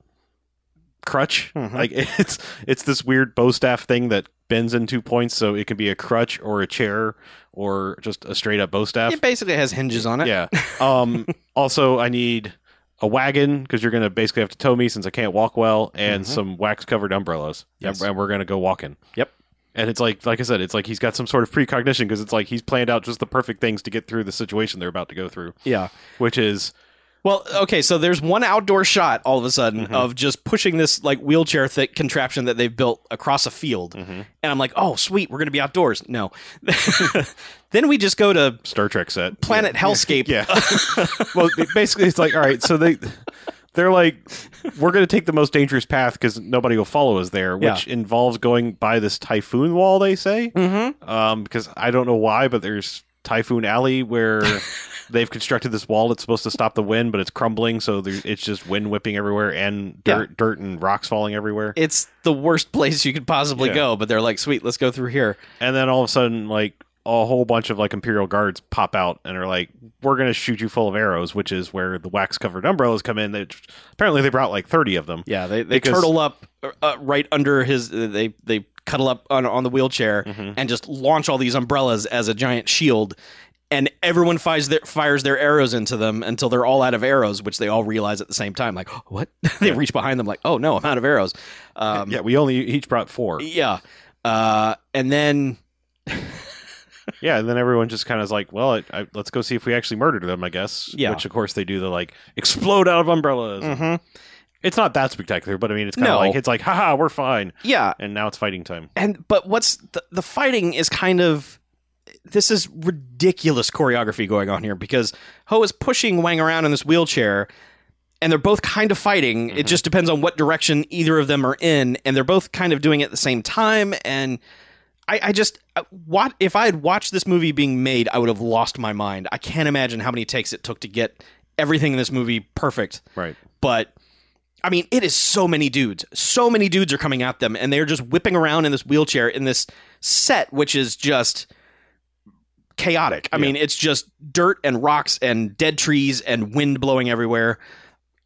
[SPEAKER 2] crutch.
[SPEAKER 1] Mhm.
[SPEAKER 2] Like it's it's this weird bow staff thing that bends in two points, so it can be a crutch or a chair or just a straight up bow staff.
[SPEAKER 1] it basically has hinges on it.
[SPEAKER 2] Yeah. Um, also, I need a wagon because you're going to basically have to tow me since I can't walk well, and
[SPEAKER 1] Mhm.
[SPEAKER 2] some wax covered umbrellas. And-
[SPEAKER 1] Yes.
[SPEAKER 2] And, we're going to go walking.
[SPEAKER 1] Yep.
[SPEAKER 2] And it's like, like I said, it's like he's got some sort of precognition because it's like he's planned out just the perfect things to get through the situation they're about to go through,
[SPEAKER 1] yeah.
[SPEAKER 2] which is
[SPEAKER 1] Well, okay, so there's one outdoor shot all of a sudden
[SPEAKER 2] Mhm.
[SPEAKER 1] of just pushing this like wheelchair thick contraption that they've built across a field,
[SPEAKER 2] Mm-hmm.
[SPEAKER 1] and I'm like, "Oh, sweet, we're gonna be outdoors." No, then we just go to
[SPEAKER 2] Star Trek set.
[SPEAKER 1] Planet Hellscape.
[SPEAKER 2] Yeah. well, basically, it's like, all right, so they. They're like, we're going to take the most dangerous path because nobody will follow us there, which involves going by this typhoon wall. They say,
[SPEAKER 1] Mm-hmm.
[SPEAKER 2] um, because I don't know why, but there's Typhoon Alley where they've constructed this wall that's supposed to stop the wind, but it's crumbling, so there, it's just wind whipping everywhere and
[SPEAKER 1] Yeah.
[SPEAKER 2] dirt, dirt and rocks falling everywhere.
[SPEAKER 1] It's the worst place you could possibly
[SPEAKER 2] Yeah.
[SPEAKER 1] go, but they're like, "Sweet, let's go through here."
[SPEAKER 2] And then all of a sudden, like a whole bunch of like Imperial guards pop out and are like, "We're gonna shoot you full of arrows," which is where the wax covered umbrellas come in. They, apparently, they brought like thirty of them.
[SPEAKER 1] Yeah, they, they
[SPEAKER 2] Because-
[SPEAKER 1] turtle up uh, right under his. uh, They they cuddle up on on the wheelchair
[SPEAKER 2] Mhm.
[SPEAKER 1] and just launch all these umbrellas as a giant shield. and everyone fires their fires their arrows into them until they're all out of arrows, which they all realize at the same time. Like what? they reach behind them, like oh no, I'm out of arrows. Um, e
[SPEAKER 2] yeah, we only each brought four.
[SPEAKER 1] yeah. Uh, and then
[SPEAKER 2] Yeah, and then everyone just kind of is like, well, I, I, let's go see if we actually murdered them, I guess.
[SPEAKER 1] Yeah. Mm.
[SPEAKER 2] Which, of course, they do the like explode out of umbrellas.
[SPEAKER 1] Mm-hmm.
[SPEAKER 2] It's not that spectacular, but I mean, it's kind of
[SPEAKER 1] No.
[SPEAKER 2] like, it's like, haha, we're fine.
[SPEAKER 1] yeah,
[SPEAKER 2] And now it's fighting time.
[SPEAKER 1] and but what's the, the fighting is kind of this is ridiculous choreography going on here because Ho is pushing Wang around in this wheelchair and they're both kind of fighting. It
[SPEAKER 2] Mhm.
[SPEAKER 1] just depends on what direction either of them are in, and they're both kind of doing it at the same time. And I, I just I- what if I had watched this movie being made, I would have lost my mind. I can't imagine how many takes it took to get everything in this movie perfect
[SPEAKER 2] Right.
[SPEAKER 1] but I mean, it is so many dudes. So many dudes are coming at them, and they're just whipping around in this wheelchair in this set, which is just chaotic. I
[SPEAKER 2] Yeah.
[SPEAKER 1] mean, it's just dirt and rocks and dead trees and wind blowing everywhere.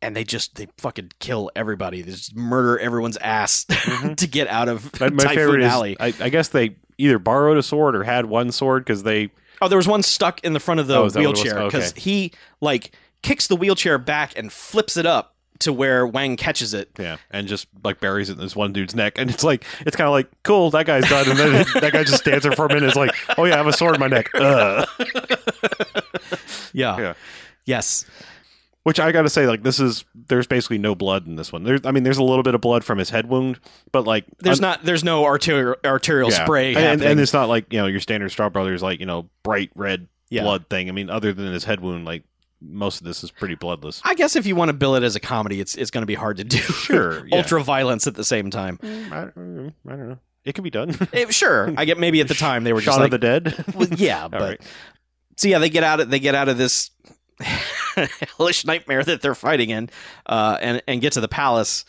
[SPEAKER 1] And they just they fucking kill everybody. They just murder everyone's ass
[SPEAKER 2] Mhm.
[SPEAKER 1] to get out of
[SPEAKER 2] My, my
[SPEAKER 1] Typhoon
[SPEAKER 2] favorite is,
[SPEAKER 1] Alley.
[SPEAKER 2] I, I guess they either borrowed a sword or had one sword because they,
[SPEAKER 1] Oh, there was one stuck in the front of the
[SPEAKER 2] Oh, is that what it was?
[SPEAKER 1] wheelchair because
[SPEAKER 2] Okay.
[SPEAKER 1] he like kicks the wheelchair back and flips it up to where Wang catches it.
[SPEAKER 2] yeah, and just like buries it in this one dude's neck. And it's like, it's kind of like, cool, that guy's done. And then that guy just stands there for a minute and is like, oh, yeah, I have a sword in my neck. Ugh.
[SPEAKER 1] Yeah.
[SPEAKER 2] Yeah.
[SPEAKER 1] Yes.
[SPEAKER 2] Which I gotta say, like this is there's basically no blood in this one. There's, I mean, there's a little bit of blood from his head wound, but like
[SPEAKER 1] There's
[SPEAKER 2] I'm-
[SPEAKER 1] not there's no arterial arterial
[SPEAKER 2] yeah.
[SPEAKER 1] spray
[SPEAKER 2] and, and,
[SPEAKER 1] happening.
[SPEAKER 2] and it's not like you know your standard Straw Brothers like you know bright red
[SPEAKER 1] Yeah.
[SPEAKER 2] blood thing. I mean, other than his head wound, like most of this is pretty bloodless.
[SPEAKER 1] I guess if you want to bill it as a comedy, it's it's going to be hard to do.
[SPEAKER 2] Sure, yeah.
[SPEAKER 1] ultra violence at the same time.
[SPEAKER 2] I, I don't know. It could be done.
[SPEAKER 1] Eh, sure, I get maybe at the time they were
[SPEAKER 2] Shaun
[SPEAKER 1] just like,
[SPEAKER 2] of the Dead.
[SPEAKER 1] well, yeah, but
[SPEAKER 2] right.
[SPEAKER 1] so yeah, they get out of they get out of this hellish nightmare that they're fighting in, uh, and and get to the palace.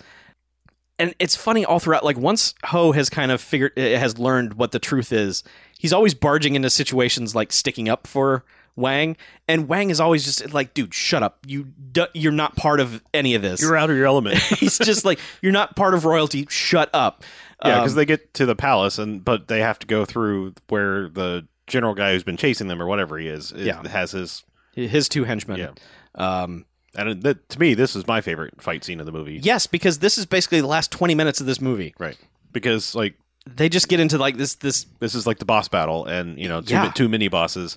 [SPEAKER 1] And it's funny all throughout. Like once Ho has kind of figured eh, has learned what the truth is, he's always barging into situations like sticking up for Wang, and Wang is always just like, "Dude, shut up! You du- you're not part of any of this."
[SPEAKER 2] You're out of your element.
[SPEAKER 1] he's just like, "You're not part of royalty. Shut up."
[SPEAKER 2] Yeah,
[SPEAKER 1] Um,
[SPEAKER 2] because they get to the palace, and but they have to go through where the general guy who's been chasing them or whatever he is, is
[SPEAKER 1] Yeah.
[SPEAKER 2] has his.
[SPEAKER 1] his two henchmen.
[SPEAKER 2] Yeah.
[SPEAKER 1] Um,
[SPEAKER 2] And that, to me, this is my favorite fight scene of the movie.
[SPEAKER 1] yes, because this is basically the last twenty minutes of this movie.
[SPEAKER 2] Right. Because like
[SPEAKER 1] They just get into like this this
[SPEAKER 2] this is like the boss battle and you know two,
[SPEAKER 1] Yeah.
[SPEAKER 2] two mini bosses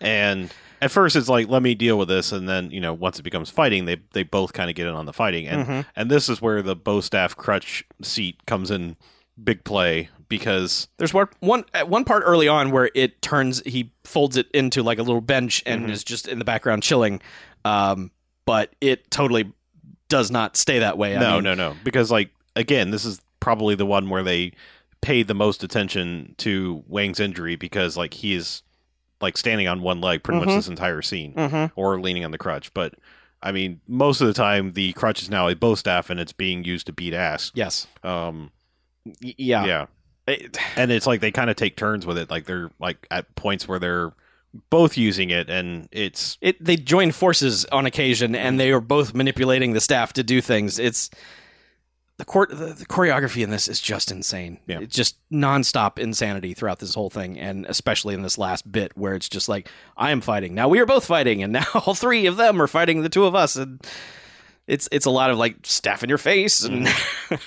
[SPEAKER 2] and at first it's like let me deal with this and then you know once it becomes fighting they they both kind of get in on the fighting and
[SPEAKER 1] Mhm.
[SPEAKER 2] and this is where the bow staff crutch seat comes in big play because
[SPEAKER 1] There's one one at one part early on where it turns he folds it into like a little bench and
[SPEAKER 2] Mhm.
[SPEAKER 1] is just in the background chilling, um, but it totally does not stay that way. I
[SPEAKER 2] no
[SPEAKER 1] mean,
[SPEAKER 2] no no because like again this is probably the one where they paid the most attention to Wang's injury because like he is like standing on one leg pretty
[SPEAKER 1] Mhm.
[SPEAKER 2] much this entire scene
[SPEAKER 1] Mhm.
[SPEAKER 2] or leaning on the crutch. But I mean, most of the time the crutch is now a bow staff and it's being used to beat ass.
[SPEAKER 1] Yes.
[SPEAKER 2] Um,
[SPEAKER 1] Y- yeah.
[SPEAKER 2] yeah.
[SPEAKER 1] It-
[SPEAKER 2] and it's like they kind of take turns with it. Like they're like at points where they're both using it, and it's
[SPEAKER 1] it- they join forces on occasion and they are both manipulating the staff to do things. It's the court the, the choreography in this is just insane.
[SPEAKER 2] Yeah.
[SPEAKER 1] It's just nonstop insanity throughout this whole thing and especially in this last bit where it's just like I am fighting. Now we are both fighting and now all three of them are fighting the two of us and it's it's a lot of like staff in your face and
[SPEAKER 2] Mm-hmm.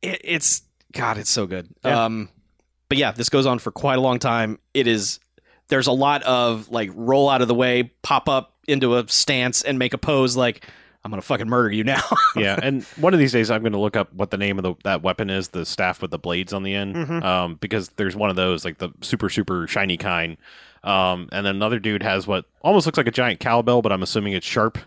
[SPEAKER 1] it, it's god it's so good.
[SPEAKER 2] Yeah.
[SPEAKER 1] Um but yeah, this goes on for quite a long time. It is there's a lot of like roll out of the way, pop up into a stance and make a pose like I'm gonna fucking murder you now.
[SPEAKER 2] yeah. And one of these days, I'm going to look up what the name of the, that weapon is, the staff with the blades on the end,
[SPEAKER 1] Mhm.
[SPEAKER 2] um, because there's one of those like the super super shiny kind. Um, and then another dude has what almost looks like a giant cowbell, but I'm assuming it's sharp.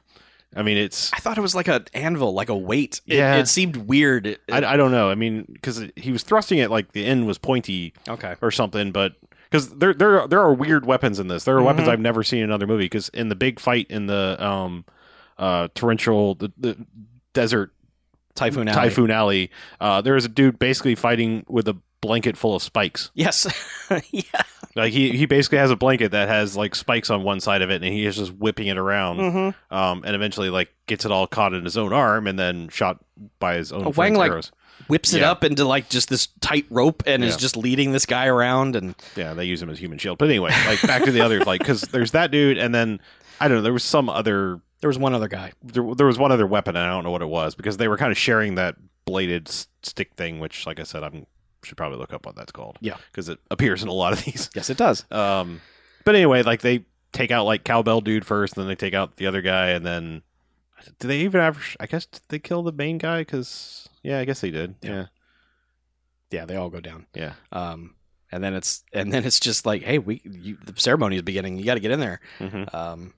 [SPEAKER 2] I mean, it's
[SPEAKER 1] I thought it was like an anvil, like a weight. It,
[SPEAKER 2] Yeah.
[SPEAKER 1] it seemed weird. It-
[SPEAKER 2] I, I don't know. I mean, because he was thrusting it like the end was pointy
[SPEAKER 1] okay.
[SPEAKER 2] or something, but because there there there are weird weapons in this. There are weapons
[SPEAKER 1] Mhm.
[SPEAKER 2] I've never seen in another movie. Because in the big fight in the um uh torrential the, the desert
[SPEAKER 1] Typhoon Alley.
[SPEAKER 2] typhoon alley, uh, there is a dude basically fighting with a blanket full of spikes.
[SPEAKER 1] Yes. yeah.
[SPEAKER 2] Like he, he basically has a blanket that has like spikes on one side of it, and he is just whipping it around,
[SPEAKER 1] Mm-hmm.
[SPEAKER 2] um, and eventually like gets it all caught in his own arm, and then shot by his own
[SPEAKER 1] Oh,
[SPEAKER 2] friend's
[SPEAKER 1] Wang, like-
[SPEAKER 2] arrows.
[SPEAKER 1] Whips it
[SPEAKER 2] Yeah.
[SPEAKER 1] up into like just this tight rope and is
[SPEAKER 2] Yeah.
[SPEAKER 1] just leading this guy around. And
[SPEAKER 2] Yeah, they use him as human shield. But anyway, like back to the other, like because there's that dude, and then I don't know, there was some other,
[SPEAKER 1] there was one other guy.
[SPEAKER 2] there, there was one other weapon, and I don't know what it was because they were kind of sharing that bladed s- stick thing, which, like I said, I'm should probably look up what that's called.
[SPEAKER 1] Yeah.
[SPEAKER 2] because it appears in a lot of these.
[SPEAKER 1] Yes, it does.
[SPEAKER 2] Um, but anyway, like they take out like cowbell dude first, then they take out the other guy, and then do they even have? I guess did they kill the main guy? Because yeah, I guess they did.
[SPEAKER 1] Yeah.
[SPEAKER 2] Yeah,
[SPEAKER 1] Yeah, they all go down.
[SPEAKER 2] yeah.
[SPEAKER 1] Um, and then it's and then it's just like, hey, we you, the ceremony is beginning. You got to get in there.
[SPEAKER 2] hmm
[SPEAKER 1] Um,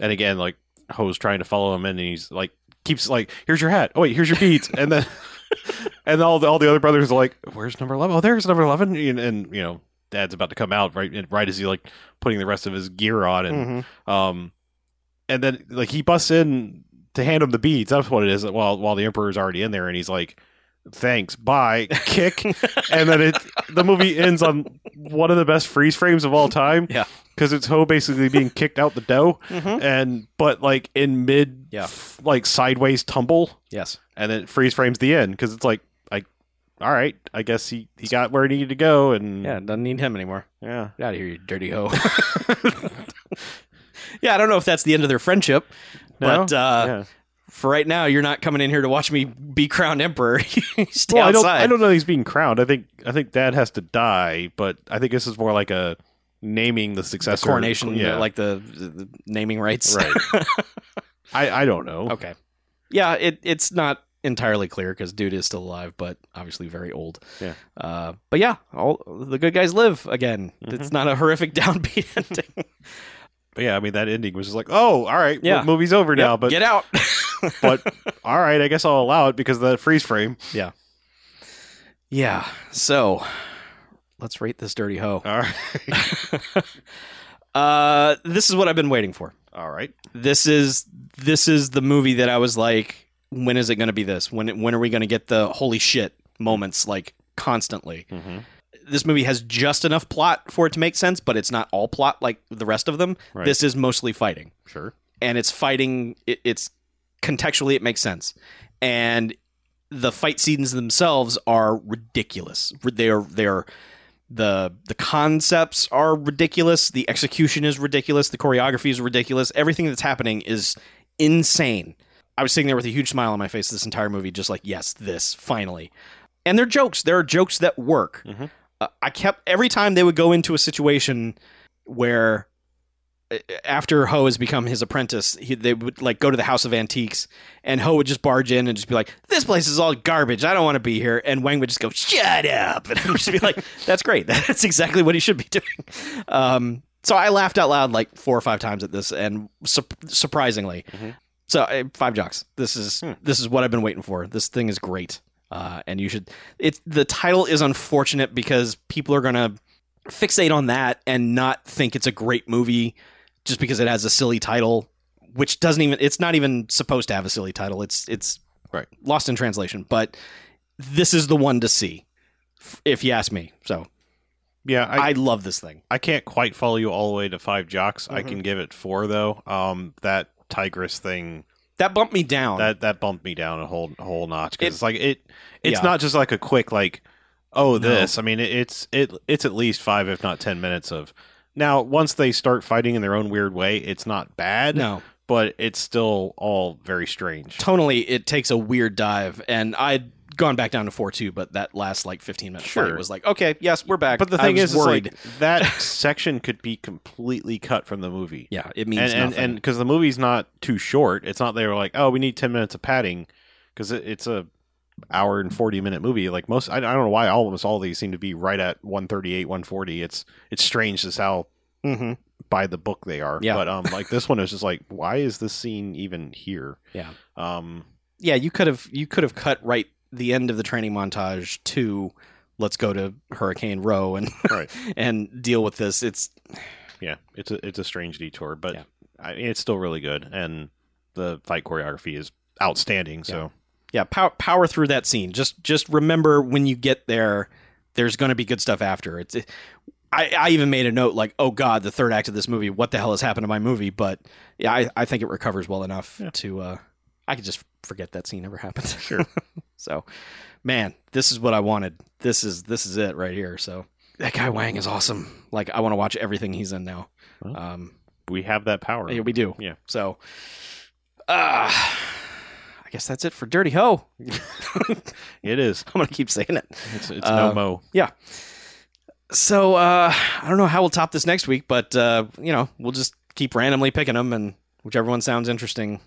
[SPEAKER 2] And again, like Ho's trying to follow him, and he's like keeps like, "Here's your hat. Oh wait, here's your beads," and then and all the all the other brothers are like, "Where's number eleven? Oh, there's number 11. And, and you know, Dad's about to come out right and right as he like putting the rest of his gear on,
[SPEAKER 1] Mm-hmm.
[SPEAKER 2] and Um, and then like he busts in to hand him the beads. That's what it is. While while the emperor's already in there, and he's like, "Thanks, bye." Kick, and then it the movie ends on one of the best freeze frames of all time.
[SPEAKER 1] Yeah.
[SPEAKER 2] because it's Ho basically being kicked out the dough,
[SPEAKER 1] Mhm.
[SPEAKER 2] and but like in mid,
[SPEAKER 1] Yeah.
[SPEAKER 2] f- like sideways tumble,
[SPEAKER 1] Yes.
[SPEAKER 2] and then it freeze frames the end because it's like, I, all right, I guess he he got where he needed to go, and
[SPEAKER 1] Yeah, doesn't need him anymore.
[SPEAKER 2] yeah.
[SPEAKER 1] Get out of here, you dirty hoe. yeah, I don't know if that's the end of their friendship,
[SPEAKER 2] No?
[SPEAKER 1] but uh,
[SPEAKER 2] yeah.
[SPEAKER 1] for right now, you're not coming in here to watch me be crowned emperor. You Stay
[SPEAKER 2] Well, I don't,
[SPEAKER 1] outside.
[SPEAKER 2] I don't know he's being crowned. I think I think dad has to die, but I think this is more like a naming the successor
[SPEAKER 1] coronation, uh,
[SPEAKER 2] Yeah,
[SPEAKER 1] like the, the naming rights.
[SPEAKER 2] right. I I don't know.
[SPEAKER 1] Okay. Yeah, it it's not entirely clear because dude is still alive, but obviously very old.
[SPEAKER 2] Yeah.
[SPEAKER 1] Uh, but yeah, all the good guys live again.
[SPEAKER 2] Mm-hmm.
[SPEAKER 1] It's not a horrific downbeat ending.
[SPEAKER 2] But yeah, I mean that ending was just like, oh, all right,
[SPEAKER 1] Yeah.
[SPEAKER 2] yeah. movie's over now,
[SPEAKER 1] Yep,
[SPEAKER 2] but
[SPEAKER 1] get out.
[SPEAKER 2] but all right, I guess I'll allow it because of that freeze frame.
[SPEAKER 1] yeah. So let's rate this dirty hoe.
[SPEAKER 2] All right,
[SPEAKER 1] uh, this is what I've been waiting for.
[SPEAKER 2] all right.
[SPEAKER 1] This is this is the movie that I was like, when is it going to be this? When when are we going to get the holy shit moments like constantly?
[SPEAKER 2] Mm-hmm.
[SPEAKER 1] this movie has just enough plot for it to make sense, but it's not all plot like the rest of them.
[SPEAKER 2] Right.
[SPEAKER 1] This is mostly fighting,
[SPEAKER 2] Sure.
[SPEAKER 1] and it's fighting. It, it's contextually it makes sense, and the fight scenes themselves are ridiculous. They are they are the the concepts are ridiculous. The execution is ridiculous. The choreography is ridiculous. Everything that's happening is insane. I was sitting there with a huge smile on my face this entire movie, just like yes, this finally. And they're jokes. There are jokes that work.
[SPEAKER 2] Mhm.
[SPEAKER 1] Uh, I kept every time they would go into a situation where uh, after Ho has become his apprentice, he, they would like go to the House of Antiques, and Ho would just barge in and just be like, "This place is all garbage. I don't want to be here." And Wang would just go, "Shut up!" And I would just be like, "That's great. That's exactly what he should be doing." Um, so I laughed out loud like four or five times at this, and su- surprisingly,
[SPEAKER 2] Mhm.
[SPEAKER 1] so uh, five jocks. This is
[SPEAKER 2] Hmm.
[SPEAKER 1] this is what I've been waiting for. This thing is great, uh, and you should. It's the title is unfortunate because people are gonna fixate on that and not think it's a great movie just because it has a silly title which doesn't even it's not even supposed to have a silly title it's it's
[SPEAKER 2] Right.
[SPEAKER 1] lost in translation but this is the one to see f- if you ask me so
[SPEAKER 2] Yeah, I,
[SPEAKER 1] i, love this thing
[SPEAKER 2] I can't quite follow you all the way to five jocks. I
[SPEAKER 1] Mhm.
[SPEAKER 2] can give it four though. Um, that tigress thing
[SPEAKER 1] that bumped me down
[SPEAKER 2] that that bumped me down a whole a whole notch
[SPEAKER 1] It-
[SPEAKER 2] because it's like it it's
[SPEAKER 1] Yeah.
[SPEAKER 2] not just like a quick like oh
[SPEAKER 1] No.
[SPEAKER 2] this i mean it, it's it it's at least five if not ten minutes of now once they start fighting in their own weird way it's not bad
[SPEAKER 1] no
[SPEAKER 2] but it's still all very strange
[SPEAKER 1] tonally it takes a weird dive and i'd gone back down to 4-2 but that last like 15 minutes
[SPEAKER 2] Sure.
[SPEAKER 1] fight was like okay yes we're back
[SPEAKER 2] but the
[SPEAKER 1] I
[SPEAKER 2] thing
[SPEAKER 1] was
[SPEAKER 2] is, is
[SPEAKER 1] worried
[SPEAKER 2] like that section could be completely cut from the movie
[SPEAKER 1] yeah it means
[SPEAKER 2] and and
[SPEAKER 1] nothing
[SPEAKER 2] and because the movie's not too short it's not they were like oh we need 10 minutes of padding because it, it's a hour and 40 minute movie like most I, I don't know why almost all these seem to be right at 138 140 it's it's strange as how
[SPEAKER 1] Mhm.
[SPEAKER 2] by the book they are
[SPEAKER 1] Yeah.
[SPEAKER 2] but um like this one is just like why is this scene even here
[SPEAKER 1] Yeah.
[SPEAKER 2] um
[SPEAKER 1] yeah, you could have you could have cut right the end of the training montage to let's go to Hurricane Row and
[SPEAKER 2] Right.
[SPEAKER 1] and deal with this. It's
[SPEAKER 2] yeah it's a it's a strange detour but
[SPEAKER 1] Yeah.
[SPEAKER 2] I, it's still really good and the fight choreography is outstanding so
[SPEAKER 1] yeah, power power through that scene. Just just remember when you get there, there's going to be good stuff after. It's it, I, I even made a note like, oh god, the third act of this movie. What the hell has happened to my movie? But yeah, I, I think it recovers well enough
[SPEAKER 2] Yeah.
[SPEAKER 1] to. Uh, I could just forget that scene ever happened.
[SPEAKER 2] Sure.
[SPEAKER 1] so, man, this is what I wanted. This is this is it right here. So that guy Wang is awesome. Like I want to watch everything he's in now.
[SPEAKER 2] Well.
[SPEAKER 1] Um,
[SPEAKER 2] We have that power.
[SPEAKER 1] yeah, we do.
[SPEAKER 2] Yeah.
[SPEAKER 1] So, uh, I guess that's it for Dirty Ho.
[SPEAKER 2] It is.
[SPEAKER 1] I'm gonna keep saying it.
[SPEAKER 2] It's, it's
[SPEAKER 1] Uh,
[SPEAKER 2] no mo.
[SPEAKER 1] So uh, I don't know how we'll top this next week, but uh, you know we'll just keep randomly picking them, and whichever one sounds interesting,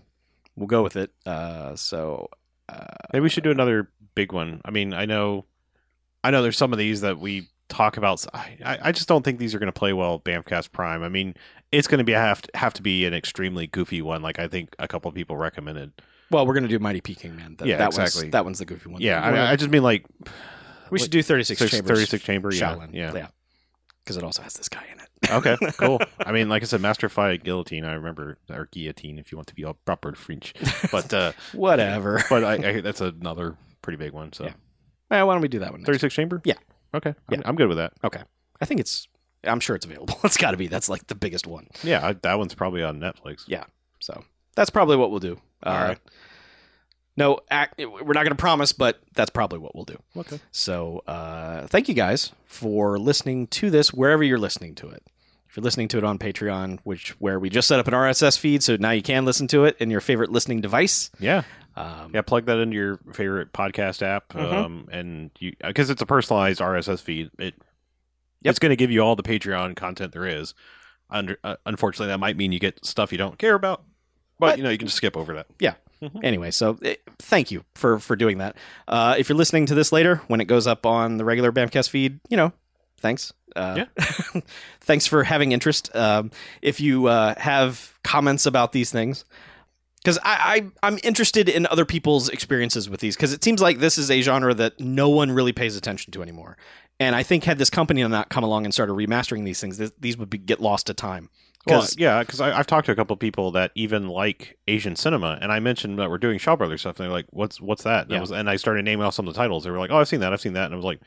[SPEAKER 1] we'll go with it. Uh, so uh,
[SPEAKER 2] Maybe we should do another big one. I mean, I know, I know. There's some of these that we talk about. I, I I just don't think these are going to play well. at Bamcast Prime. I mean, it's going to be have to, have to be an extremely goofy one. Like I think a couple of people recommended.
[SPEAKER 1] well, we're gonna do Mighty Peking Man. That,
[SPEAKER 2] Yeah,
[SPEAKER 1] that one's-
[SPEAKER 2] exactly.
[SPEAKER 1] that one's the goofy one.
[SPEAKER 2] Yeah, I,
[SPEAKER 1] We're
[SPEAKER 2] mean,
[SPEAKER 1] gonna-
[SPEAKER 2] I just mean like
[SPEAKER 1] we should do 36 Chambers.
[SPEAKER 2] thirty six chamber. Yeah,
[SPEAKER 1] Shaolin.
[SPEAKER 2] yeah. Uh,
[SPEAKER 1] Because it also has this guy in it.
[SPEAKER 2] Okay, cool. I mean, like I said, Master Fight Guillotine. I remember or guillotine if you want to be all proper French. But uh,
[SPEAKER 1] Whatever.
[SPEAKER 2] but I, I that's another pretty big one. So
[SPEAKER 1] Yeah. Well, why don't we do that one? Next?
[SPEAKER 2] thirty six chamber.
[SPEAKER 1] Yeah.
[SPEAKER 2] Okay.
[SPEAKER 1] Yeah.
[SPEAKER 2] I'm, I'm good with that.
[SPEAKER 1] I think it's. I'm sure it's available. It's got to be. That's like the biggest one.
[SPEAKER 2] Yeah, I, that one's probably on Netflix.
[SPEAKER 1] Yeah. So that's probably what we'll do. Uh,
[SPEAKER 2] All right.
[SPEAKER 1] No, act, we're not going to promise, but that's probably what we'll do.
[SPEAKER 2] Okay.
[SPEAKER 1] So uh, thank you guys for listening to this wherever you're listening to it. If you're listening to it on Patreon, which where we just set up an RSS feed, so now you can listen to it in your favorite listening device.
[SPEAKER 2] Yeah.
[SPEAKER 1] Um,
[SPEAKER 2] Yeah, plug that into your favorite podcast app,
[SPEAKER 1] Mhm.
[SPEAKER 2] um, and you because it's a personalized RSS feed. It
[SPEAKER 1] Yep.
[SPEAKER 2] it's going to give you all the Patreon content there is. Under, uh, unfortunately, that might mean you get stuff you don't care about, but,
[SPEAKER 1] But-
[SPEAKER 2] you know you can just skip over that.
[SPEAKER 1] Anyway, so eh, thank you for for doing that. Uh, if you're listening to this later when it goes up on the regular Bamcast feed, you know, thanks. Uh, thanks for having interest. Um, if you uh, have comments about these things, because I, I I'm interested in other people's experiences with these, because it seems like this is a genre that no one really pays attention to anymore. And I think had this company not come along and started remastering these things, th- these would be, get lost to time.
[SPEAKER 2] Well,
[SPEAKER 1] 'Cause-
[SPEAKER 2] yeah, because I've talked to a couple people that even like Asian cinema, and I mentioned that we're doing Shaw Brothers stuff, and they're like, "What's what's that?" And, I
[SPEAKER 1] Yeah.
[SPEAKER 2] was, and I started naming off some of the titles. They were like, "Oh, I've seen that, I've seen that," and I was like,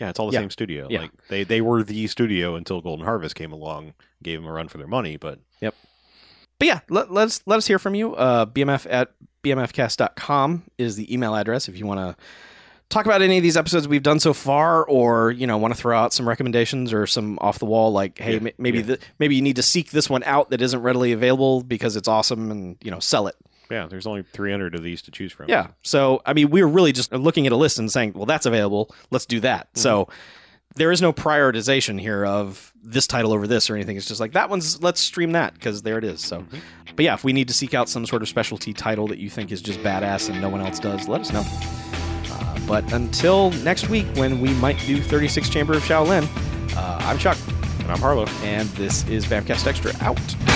[SPEAKER 2] "Yeah, it's all the
[SPEAKER 1] Yeah.
[SPEAKER 2] same studio.
[SPEAKER 1] Yeah.
[SPEAKER 2] Like they they were the studio until Golden Harvest came along, gave them a run for their money." But
[SPEAKER 1] but yeah let, let us let us hear from you uh, bmf at bmfcast.com is the email address if you want to talk about any of these episodes we've done so far or you know want to throw out some recommendations or some off the wall like hey
[SPEAKER 2] Yeah,
[SPEAKER 1] ma- maybe
[SPEAKER 2] yeah.
[SPEAKER 1] th- maybe you need to seek this one out that isn't readily available because it's awesome and you know sell it
[SPEAKER 2] yeah, there's only 300 of these to choose from.
[SPEAKER 1] yeah so i mean we were really just looking at a list and saying well that's available let's do that so there is no prioritization here of this title over this or anything it's just like that one's let's stream that because there it is so
[SPEAKER 2] Mhm.
[SPEAKER 1] but yeah, if we need to seek out some sort of specialty title that you think is just badass and no one else does, let us know. Uh, but until next week, when we might do 36 Chamber of Shaolin, uh, I'm Chuck,
[SPEAKER 2] And I'm Harlow.
[SPEAKER 1] and this is Bamcast Extra out.